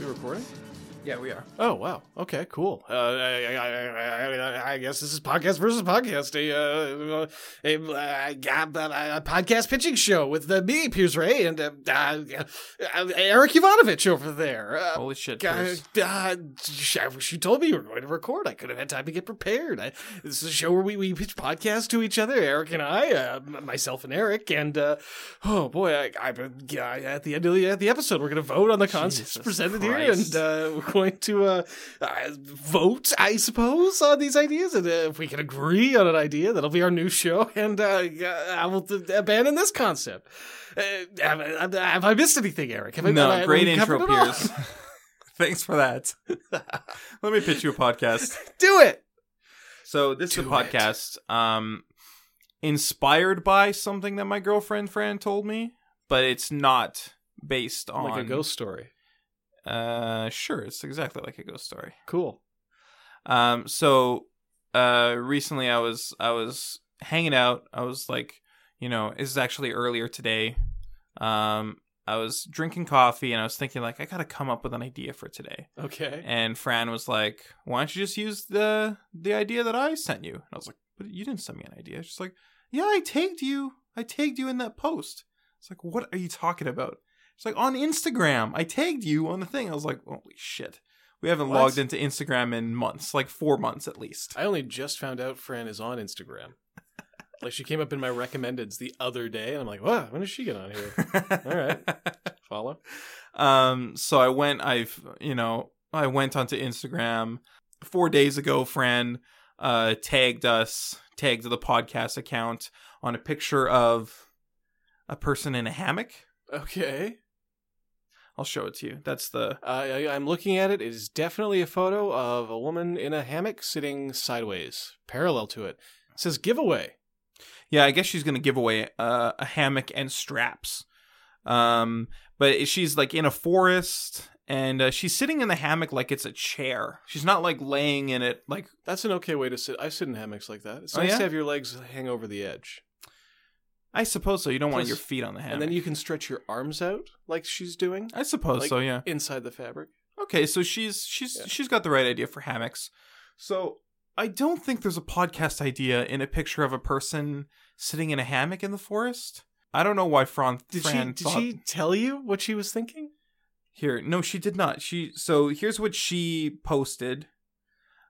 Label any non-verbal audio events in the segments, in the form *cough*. recording? Yeah, we are. Oh wow. Okay. Cool. Uh, I, I, I, I- I guess this is podcast versus podcast, a, uh, a, uh, a podcast pitching show with uh, me, Piers Ray, and uh, uh, uh, Eric Ivanovich over there. Uh, Holy shit, God, Piers. uh, sh- I wish you told me you were going to record. I could have had time to get prepared. I, this is a show where we, we pitch podcasts to each other, Eric and I, uh, m- myself and Eric. And uh, oh boy, I, I, I, at the end of the, at the episode, we're going to vote on the concepts Jesus presented Christ. here, and uh, we're going to uh, uh, vote, I suppose, on these ideas. And uh, if we can agree on an idea, that'll be our new show. And uh, I will th- abandon this concept. Uh, have, have- have I missed anything, Eric? Have I, no, have I- great have we covered intro, it all? Piers. *laughs* Thanks for that. *laughs* Let me pitch you a podcast. *laughs* Do it. So this is a Do it. podcast um inspired by something that my girlfriend Fran told me, but it's not based on like a ghost story. Uh sure, it's exactly like a ghost story. Cool. Um, so uh, recently I was I was hanging out. I was like, you know, this is actually earlier today. Um, I was drinking coffee and I was thinking like I gotta come up with an idea for today. Okay. And Fran was like, "Why don't you just use the the idea that I sent you?" And I was like, "But you didn't send me an idea." She's like, "Yeah, I tagged you. I tagged you in that post." It's like, "What are you talking about?" She's like, "On Instagram, I tagged you on the thing." I was like, "Holy shit." We haven't What? logged into Instagram in months, like 4 months at least. I only just found out Fran is on Instagram. like she came up in my recommendeds the other day, and I'm like, "Wow, when did she get on *laughs* here? All right. *laughs* Follow." Um, so I went, I've, you know, I went onto Instagram four days ago. Fran, uh, tagged us, tagged the podcast account on a picture of a person in a hammock. Okay. Uh, I'll show it to you. That's the, I I, I'm looking at it. It is definitely a photo of a woman in a hammock sitting sideways, parallel to it. It says giveaway. yeah, I guess she's going to give away, uh, a hammock and straps. Um, but she's like in a forest and uh, she's sitting in the hammock like it's a chair. She's not like laying in it like That's an okay way to sit. I sit in hammocks like that. It's Oh, nice yeah? to have your legs hang over the edge, I suppose so. You don't want Plus- your feet on the hammock. and then you can stretch your arms out like she's doing I suppose like- so, yeah. inside the fabric. Okay, so she's she's Yeah. she's got the right idea for hammocks. So I don't think there's a podcast idea in a picture of a person sitting in a hammock in the forest. I don't know why Fran Did Fran she? Did thought- she tell you what she was thinking? here. No, she did not. She so here's what she posted.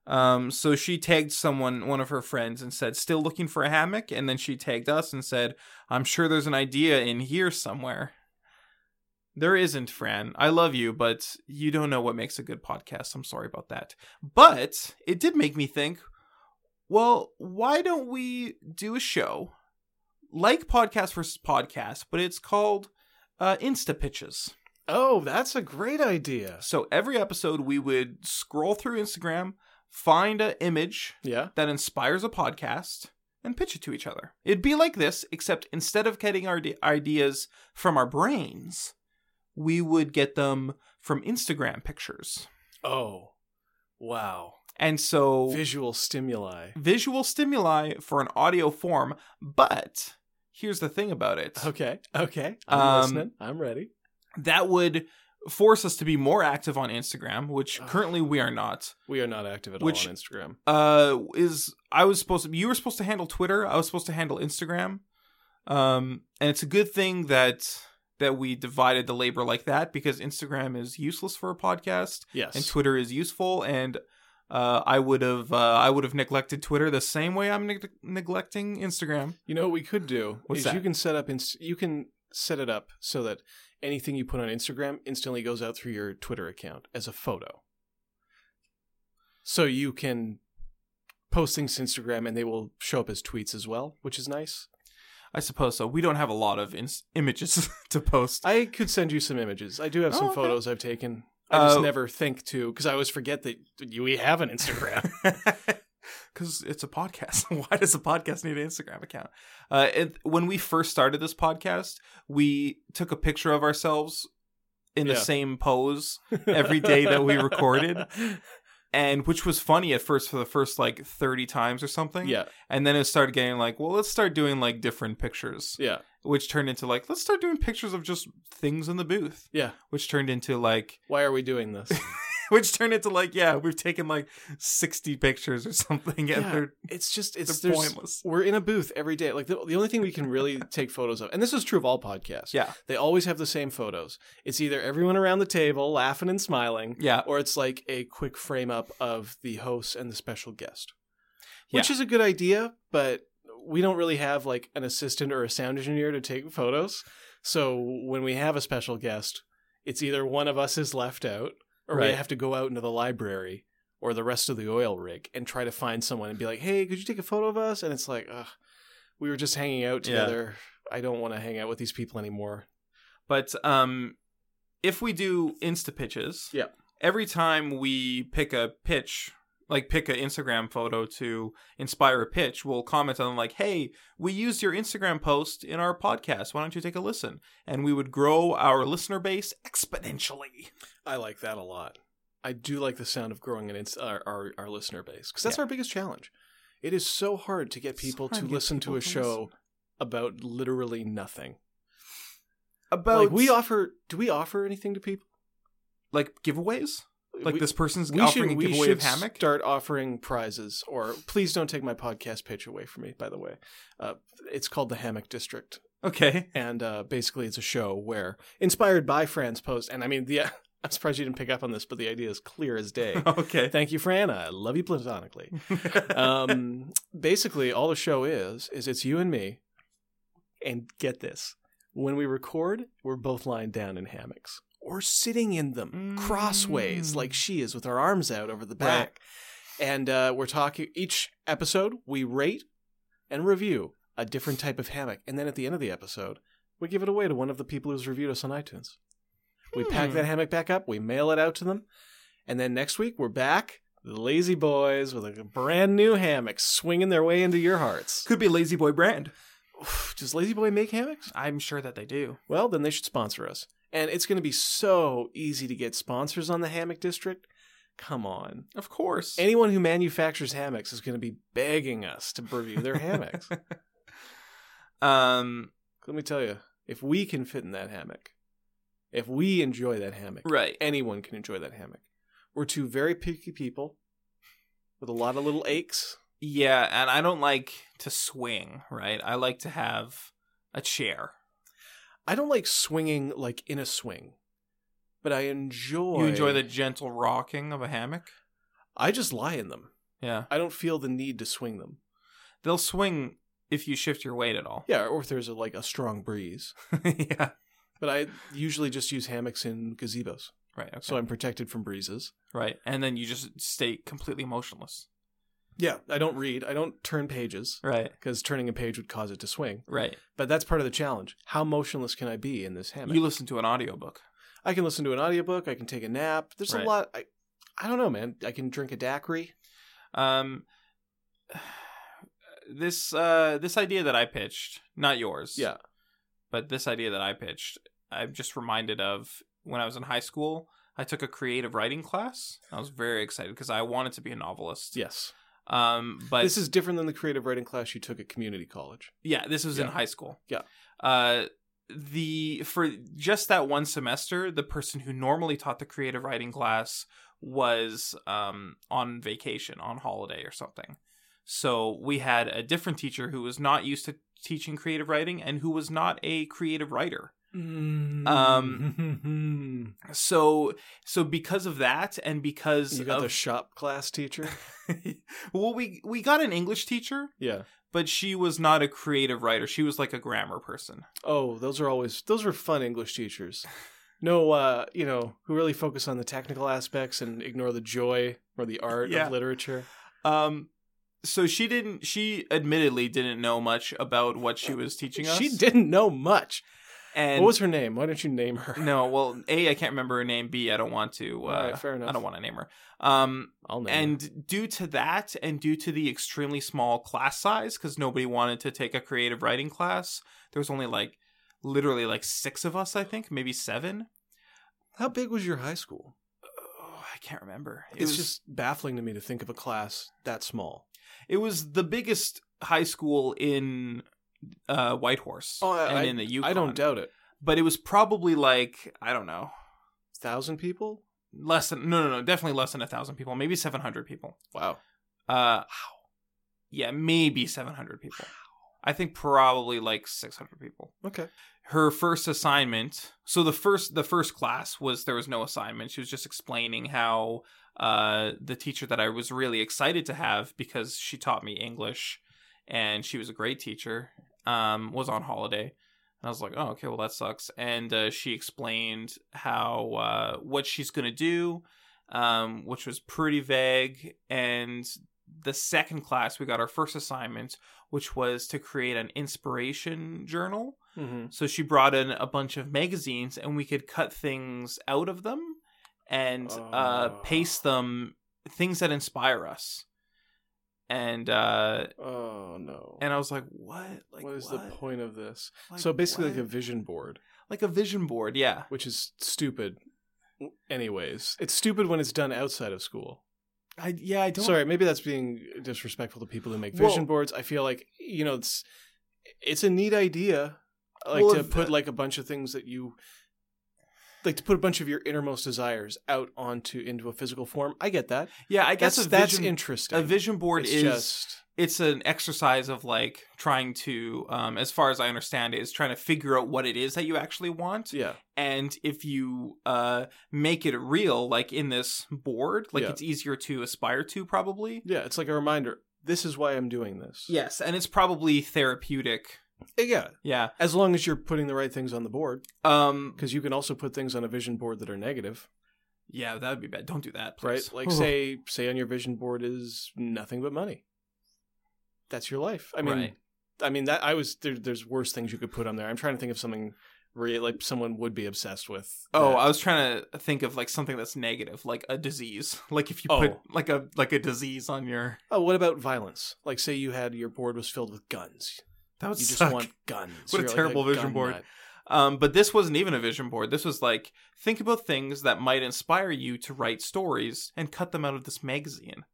Um, so she tagged someone, one of her friends, and said, "Still looking for a hammock." And then she tagged us and said, "I'm sure there's an idea in here somewhere." There isn't, Fran. I love you, but you don't know what makes a good podcast. I'm sorry about that. But it did make me think. Well, why don't we do a show like podcast versus podcast, but it's called uh, Insta Pitches. Oh, that's a great idea. So every episode, we would scroll through Instagram, find an image Yeah. that inspires a podcast, and pitch it to each other. It'd be like this, except instead of getting our de- ideas from our brains, we would get them from Instagram pictures. Oh, wow. And so Visual stimuli. visual stimuli for an audio form. But here's the thing about it Okay. Okay. I'm Um, listening. I'm ready. that would force us to be more active on Instagram, which Ugh. currently we are not. We are not active at Which- all on Instagram. uh is I was supposed to you were supposed to handle Twitter, I was supposed to handle Instagram. Um and it's a good thing that that we divided the labor like that because Instagram is useless for a podcast Yes. and Twitter is useful and uh I would have uh, I would have neglected Twitter the same way I'm neg- neglecting Instagram. you know what we could do What's is that? you can set up inst- you can set it up so that anything you put on Instagram instantly goes out through your Twitter account as a photo. So you can post things to Instagram and they will show up as tweets as well, which is nice. I suppose so. We don't have a lot of ins images *laughs* to post. I could send you some images. I do have Oh, some okay. photos I've taken. I just Uh, never think to because I always forget that you, we have an Instagram. *laughs* Because it's a podcast. *laughs* Why does a podcast need an Instagram account? Uh, it, when we first started this podcast, we took a picture of ourselves in the Yeah. same pose *laughs* every day that we recorded, and which was funny at first for the first like 30 times or something. *laughs* Yeah, And then it started getting like, well, let's start doing like different pictures. yeah. which turned into like let's start doing pictures of just things in the booth, Yeah. which turned into like *laughs* Why are we doing this? which turned into like yeah, we've taken like 60 pictures or something and Yeah, they're, it's just it's they're there's- pointless. We're in a booth every day. Like the, the only thing we can really take photos of, and this is true of all podcasts. Yeah. They always have the same photos. It's either everyone around the table laughing and smiling, Yeah. or it's like a quick frame up of the host and the special guest, which is a good idea, but we don't really have like an assistant or a sound engineer to take photos. So when we have a special guest, it's either one of us is left out, or we Right. have to go out into the library or the rest of the oil rig and try to find someone and be like, "Hey, could you take a photo of us?" And it's like, Ugh, "We were just hanging out Yeah. together. I don't want to hang out with these people anymore." But um, if we do insta pitches, Yeah. every time we pick a pitch, like pick an Instagram photo to inspire a pitch, we'll comment on like, "Hey, we used your Instagram post in our podcast. Why don't you take a listen?" And we would grow our listener base exponentially. I like that a lot. I do like the sound of growing an ins- our, our our listener base because that's Yeah. our biggest challenge. It is so hard to get It's people hard to to get listen people to a to show about literally nothing. About like we offer, do we offer anything to people? like giveaways, like We- this person's we offering should, a we giveaway should of hammock. start offering prizes. Or please don't take my podcast pitch away from me. By the way, uh, it's called the Hammock District. okay, *laughs* and uh, basically it's a show where inspired by Fran's post, and I mean the. *laughs* I'm surprised you didn't pick up on this, but the idea is clear as day. okay. Thank you, Fran. I love you platonically. *laughs* Um, basically, all the show is is it's you and me, and get this: when we record, we're both lying down in hammocks or sitting in them Mm. crossways, like she is, with her arms out over the Right. back, and uh, we're talking. Each episode, we rate and review a different type of hammock, and then at the end of the episode, we give it away to one of the people who's reviewed us on iTunes. We pack Hmm. that hammock back up, we mail it out to them, and then next week we're back, the lazy boys with a brand new hammock swinging their way into your hearts. Could be Lazy Boy brand. Oof, *sighs* Does Lazy Boy make hammocks? I'm sure that they do. Well, then they should sponsor us. And it's going to be so easy to get sponsors on the hammock district. Come on. Of course. Anyone who manufactures hammocks is going to be begging us to review their *laughs* hammocks. um, Let me tell you, if we can fit in that hammock, if we enjoy that hammock, right. anyone can enjoy that hammock. We're two very picky people with a lot of little aches. Yeah, and I don't like to swing, right? I like to have a chair. I don't like swinging like in a swing, but I enjoy. You enjoy the gentle rocking of a hammock? I just lie in them. Yeah. I don't feel the need to swing them. They'll swing if you shift your weight at all. Yeah, or if there's a, like a strong breeze. *laughs* yeah. But I usually just use hammocks in gazebos, Right. Okay. so I'm protected from breezes. right. And then you just stay completely motionless. Yeah, I don't read. I don't turn pages Right. because turning a page would cause it to swing. Right. But that's part of the challenge. How motionless can I be in this hammock? You listen to an audiobook. I can listen to an audiobook. I can take a nap. There's Right. a lot. I, I don't know, man. I can drink a daiquiri. Um *sighs* this uh this idea that I pitched, not yours. Yeah. But this idea that I pitched, I'm just reminded of when I was in high school, I took a creative writing class. I was very excited because I wanted to be a novelist. Yes. Um, but this is different than the creative writing class you took at community college. yeah, this was in Yeah. high school. Yeah. Uh, the for just that one semester, the person who normally taught the creative writing class was um on vacation on holiday or something. So we had a different teacher who was not used to teaching creative writing and who was not a creative writer. Mm. *laughs* Um, So so because of that and because you got of the shop class teacher. *laughs* well we we got an English teacher yeah. but she was not a creative writer. She was like a grammar person. Oh, those are always those were fun English teachers. No, uh, you know, who really focus on the technical aspects and ignore the joy or the art Yeah. of literature. Um, so she didn't. She admittedly didn't know much about what she was teaching us. She didn't know much. And what was her name? Why don't you name her? *laughs* no. Well, a I can't remember her name. B I don't want to. Uh, *laughs* All right, fair enough. I don't want to name her. Um, I'll name her. and due to that, and due to the extremely small class size, because nobody wanted to take a creative writing class, there was only like literally like six of us, I think, maybe seven. How big was your high school? Oh, I can't remember. It it's was- just baffling to me to think of a class that small. It was the biggest high school in uh, Whitehorse Oh, I- and in the Yukon. I don't doubt it. but it was probably like I don't know, Thousand people? less than no, no, no, definitely less than a thousand people, maybe seven hundred people. Wow. Uh, yeah, maybe seven hundred people. I think probably like six hundred people. Okay. her first assignment so the first the first class was there was no assignment she was just explaining how uh the teacher that i was really excited to have because she taught me english and she was a great teacher um was on holiday and i was like oh okay well that sucks and uh, she explained how uh what she's gonna do um which was pretty vague and the second class we got our first assignment which was to create an inspiration journal Mm-hmm. so she brought in a bunch of magazines and we could cut things out of them and uh, Oh. paste them things that inspire us. And uh, Oh no. and I was like, what? Like what is the point of this? Like, so basically, what? like a vision board, like a vision board, yeah. which is stupid. Anyways, it's stupid when it's done outside of school. I yeah, I don't Sorry, maybe that's being disrespectful to people who make Well- vision boards. I feel like you know it's it's a neat idea, like Well, to if- put like a bunch of things that you like to put a bunch of your innermost desires out onto into a physical form. I get that. Yeah, I guess That's a that's vision interesting. a vision board It's is just it's an exercise of like trying to um as far as I understand it is trying to figure out what it is that you actually want yeah. and if you uh make it real like in this board like Yeah. it's easier to aspire to probably Yeah, it's like a reminder. This is why I'm doing this. yes and it's probably therapeutic Yeah. yeah As long as you're putting the right things on the board, um because you can also put things on a vision board that are negative, yeah that would be bad don't do that right? please. Like say say on your vision board is nothing but money. That's your life. I mean, Right. I mean that I was there, there's worse things you could put on there. I'm trying to think of something real like someone would be obsessed with. oh that- i was trying to think of like something that's negative like a disease *laughs* like if you Oh. put like a like a disease on your oh, what about violence? Like say you had your board was filled with guns. that You would just suck. want guns. What a You're like terrible vision gun board. nut. Um, but this wasn't even a vision board. This was like, think about things that might inspire you to write stories and cut them out of this magazine.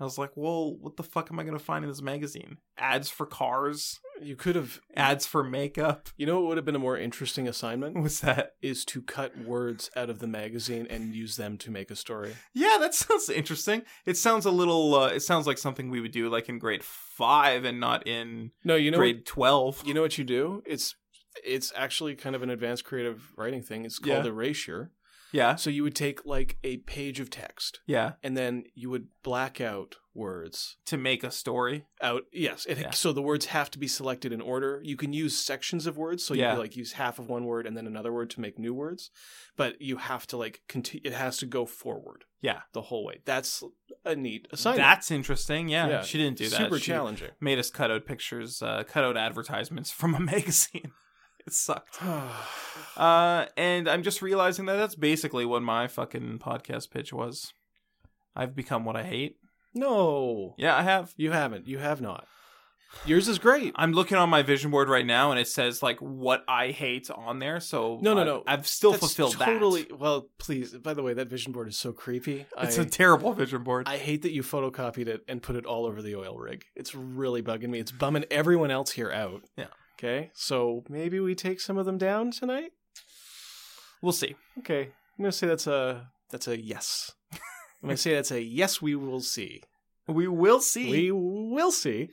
I was like, well, what the fuck am I going to find in this magazine? Ads for cars, You could have ads for makeup. *laughs* You know what would have been a more interesting assignment What's that? is to cut words out of the magazine and use them to make a story. Yeah, that *laughs* sounds interesting. It sounds a little, uh, it sounds like something we would do like in grade five and not in No, you know grade 12. what, you know what you do? It's it's actually kind of an advanced creative writing thing. It's called Yeah. erasure. yeah. So you would take like a page of text Yeah. and then you would black out words To make a story. out yes it, Yeah. so the words have to be selected in order you can use sections of words so you Yeah. could, like use half of one word and then another word to make new words but you have to like continue it has to go forward Yeah. the whole way that's a neat assignment That's interesting. Yeah. Yeah. She didn't do that. Super She- challenging. *sighs* made us cut out pictures, uh, cut out advertisements *laughs* from a magazine. it sucked. Uh, and I'm just realizing that that's basically what my fucking podcast pitch was. I've become what I hate. no, Yeah, I have. you haven't. You have not. Yours is great. I'm looking on my vision board right now, and it says like what I hate on there. So No, no, I- no. I've still That's fulfilled totally, that. Well, please. By the way, that vision board is so creepy. It's I a terrible vision board. I hate that you photocopied it and put it all over the oil rig. It's really bugging me. It's bumming everyone else here out. Yeah. Okay. So maybe we take some of them down tonight. we'll see. Okay. I'm gonna say that's a that's a yes. I'm gonna say that's a yes. We will *laughs* see. We will see. We will see.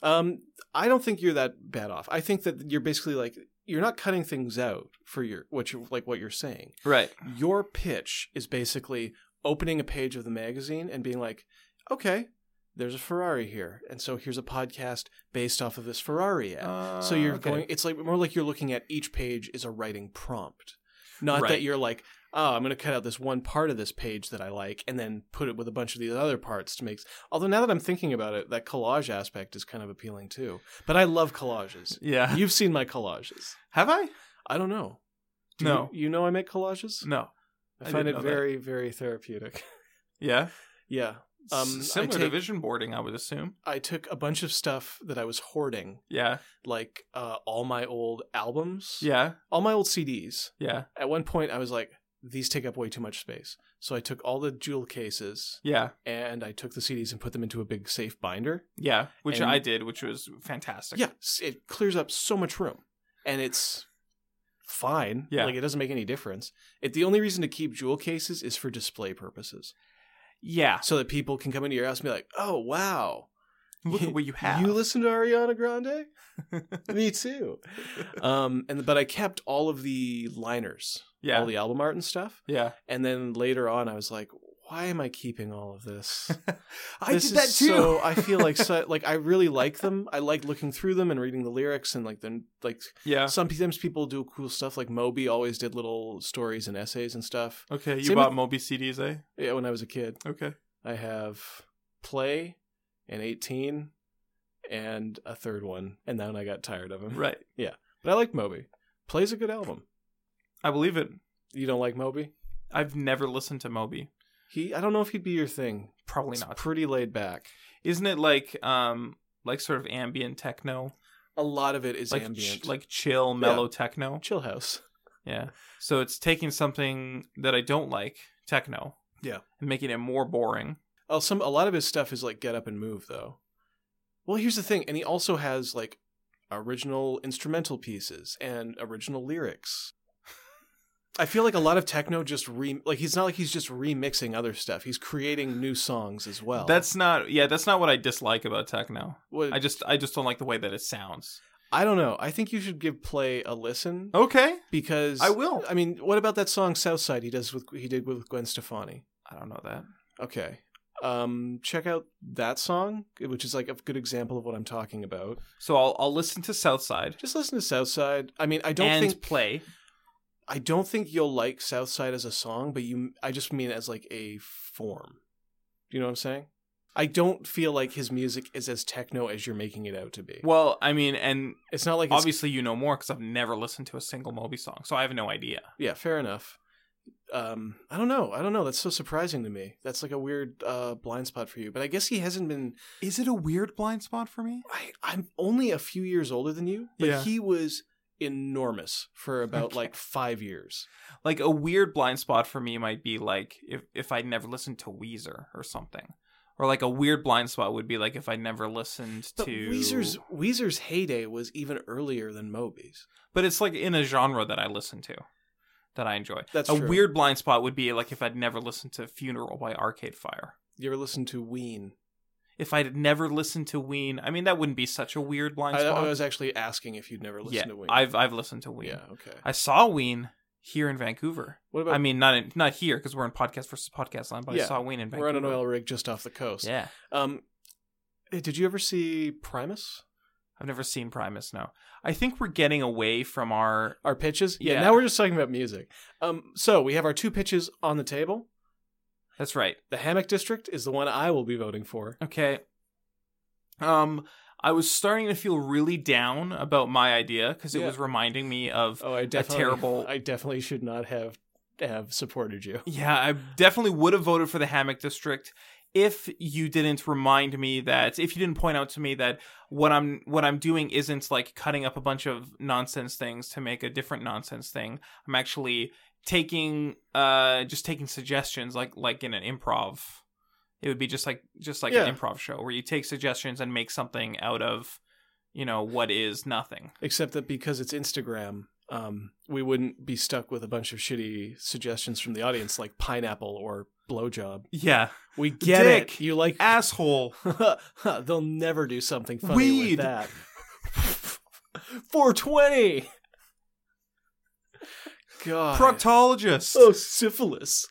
Um, I don't think you're that bad off. I think that you're basically like you're not cutting things out for your what you like what you're saying. right. Your pitch is basically opening a page of the magazine and being like, okay, there's a Ferrari here, and so here's a podcast based off of this Ferrari ad. Uh, so you're okay. going. It's like more like you're looking at each page is a writing prompt, not Right. that you're like. Oh, I'm going to cut out this one part of this page that I like and then put it with a bunch of these other parts to make. Although now that I'm thinking about it, that collage aspect is kind of appealing too. But I love *laughs* collages. Yeah. You've seen my collages. have I? I don't know. Do No. You, you know I make collages? No. I I find didn't it know that. very, very therapeutic. *laughs* Yeah. yeah. Um, Um, similar I to take- vision boarding, I would assume. I took a bunch of stuff that I was hoarding, Yeah. like uh, all my old albums, Yeah. all my old CDs. Yeah. At one point, I was like, these take up way too much space. So I took all the jewel cases Yeah, and I took the CDs and put them into a big safe binder. yeah, which And- I did, which was fantastic. Yeah, s- it clears up so much room, and it's fine. Yeah. like it doesn't make any difference. It, the only reason to keep jewel cases is for display purposes, *laughs* yeah. so that people can come into your house and be like, "Oh wow, Look at what you have. You listen to Ariana *laughs* Grande? Me too." um, and but I kept all of the liners, yeah, all the album art and stuff, *laughs* yeah. and then later on, I was like. Why am I keeping all of *laughs* this? I This did that is too. So I feel *laughs* like so, like I really like them. I like looking through them and reading the lyrics and like the like yeah. Sometimes people do cool stuff, like Moby always did little stories and essays and stuff. Okay, you Same bought Moby CDs, eh? Yeah, when I was a kid, *laughs* Okay. I have Play and 18 and a third one, and then I got tired of him. Right. But I like Moby. Play's a good album. I believe it. You don't like Moby? I've never listened to Moby. He, I don't know if he'd be your thing. Probably It's not. pretty laid back. Isn't it like um like sort of ambient techno? A lot of it is like ambient, ch- like chill mellow techno. chill house. Yeah. So it's taking something that I don't like, techno. Yeah. And making it more boring. Oh, some a lot of his stuff is like get up and move though. Well, here's the thing, and he also has like original instrumental pieces and original lyrics. I feel like a lot of techno just re like he's not like he's just remixing other stuff. He's creating new songs as well. That's not yeah, that's not what I dislike about techno. what I I, just I just don't like the way that it sounds. don't know. I think you should give play a listen Okay. because Oh, I will. I mean, what about that song Southside he does with he did with Gwen Stefani? I don't know that. Okay. Um check out that song, which is like a good example of what I'm talking about. So I'll I'll listen to Southside Just listen to Southside. I mean, I don't and think play. I don't think you'll like Southside as a song, but you I just mean as like a form. Do you know what I'm saying? I don't feel like his music is as techno as you're making it out to be. Well, I mean, and it's not like it's, obviously you know more because I've never listened to a single Moby song, so I have no idea. yeah, fair enough. Um, I don't know. I don't know. That's so surprising to me. That's like a weird uh, blind spot for you. But I guess he hasn't been. Is it a weird blind spot for me? I, I'm only a few years older than you, but Yeah. he was enormous for about Okay. like five years. Like a weird blind spot for me might be like if if I never listened to Weezer or something, or like a weird blind spot would be like if I never listened But to Weezer's Weezer's heyday was even earlier than Moby's. But it's like in a genre that I listen to, that I enjoy. That's a true. weird blind spot would be like if I'd never listened to Funeral by Arcade Fire. You ever listen to Ween? If I'd never listened to Ween, I mean that wouldn't be such a weird blind I, spot. I was actually asking if you'd never listened yeah, to Ween. I've I've listened to Ween. Yeah, okay. I saw Ween here in Vancouver. What about I mean, not in, not here because we're in podcast versus podcast line, but I Yeah, saw Ween in Vancouver. we're on an oil rig just off the coast? Yeah, Um, hey, did you ever see Primus? I've never seen Primus. No, I think we're getting away from our. Our pitches? Yeah. Yeah. Now we're just talking about music. Um, so we have our two pitches on the table. That's right. The hammock district is the one I will be voting for. Okay. Um, I was starting to feel really down about my idea because it Yeah. was reminding me of. Oh, I definitely terrible- I definitely should not have have supported you. Yeah, I definitely would have voted for the Hammock District if you didn't remind me that if you didn't point out to me that what I'm what I'm doing isn't like cutting up a bunch of nonsense things to make a different nonsense thing. I'm actually taking uh just taking suggestions like like in an improv. It would be just like just like Yeah. an improv show where you take suggestions and make something out of you know what is nothing. Except that because it's Instagram, um, we wouldn't be stuck with a bunch of shitty suggestions from the audience like pineapple or blowjob. Yeah. We get Dick. it. You like *laughs* Asshole. They'll never do something funny with Weed. that. *laughs* 420. God. Proctologist. *laughs* oh, syphilis.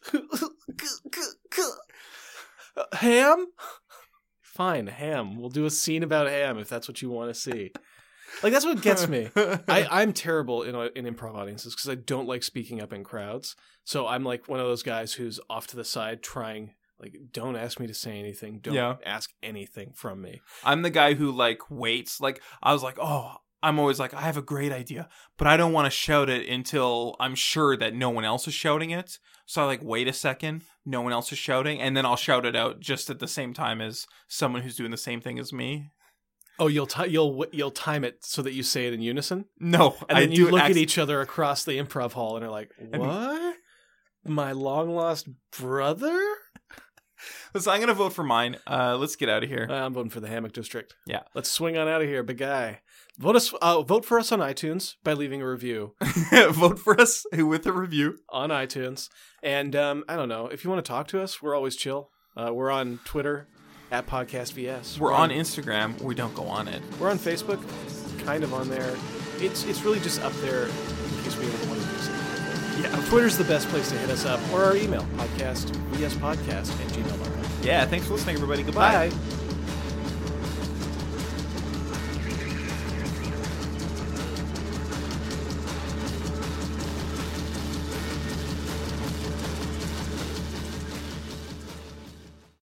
ham? Fine, ham. We'll do a scene about ham if that's what you want to see. Like that's what gets *laughs* me. I, I'm terrible in, uh, in improv audiences because I don't like speaking up in crowds. So I'm like one of those guys who's off to the side trying, like, don't ask me to say anything. Don't Yeah. ask anything from me. I'm the guy who like waits. Like I was like, oh, I'm always like, I have a great idea, but I don't want to shout it until I'm sure that no one else is shouting it. So I like wait a second, no one else is shouting, and then I'll shout it out just at the same time as someone who's doing the same thing as me. Oh, you'll ti you'll you'll time it so that you say it in unison, No, and I then you do look acc- at each other across the improv hall and are like, "What? my long lost brother. Listen, I'm gonna vote for mine. Uh, let's get out of here. Uh, I'm voting for the hammock district. Yeah. let's swing on out of here, big guy. Vote us. Uh, vote for us on iTunes by leaving a *laughs* review *laughs* vote for us with a review. on iTunes. And um, I don't know if you want to talk to us. We're always chill. Uh, we're on Twitter at Podcast VS. We're on Instagram. We don't go on it. We're on Facebook, kind of on there. It's it's really just up there in case we ever want to do something. Yeah, Twitter's the best place to hit us up, or our email, podcast, vspodcast at gmail.com. Yeah. Thanks for listening, everybody. Goodbye. Bye.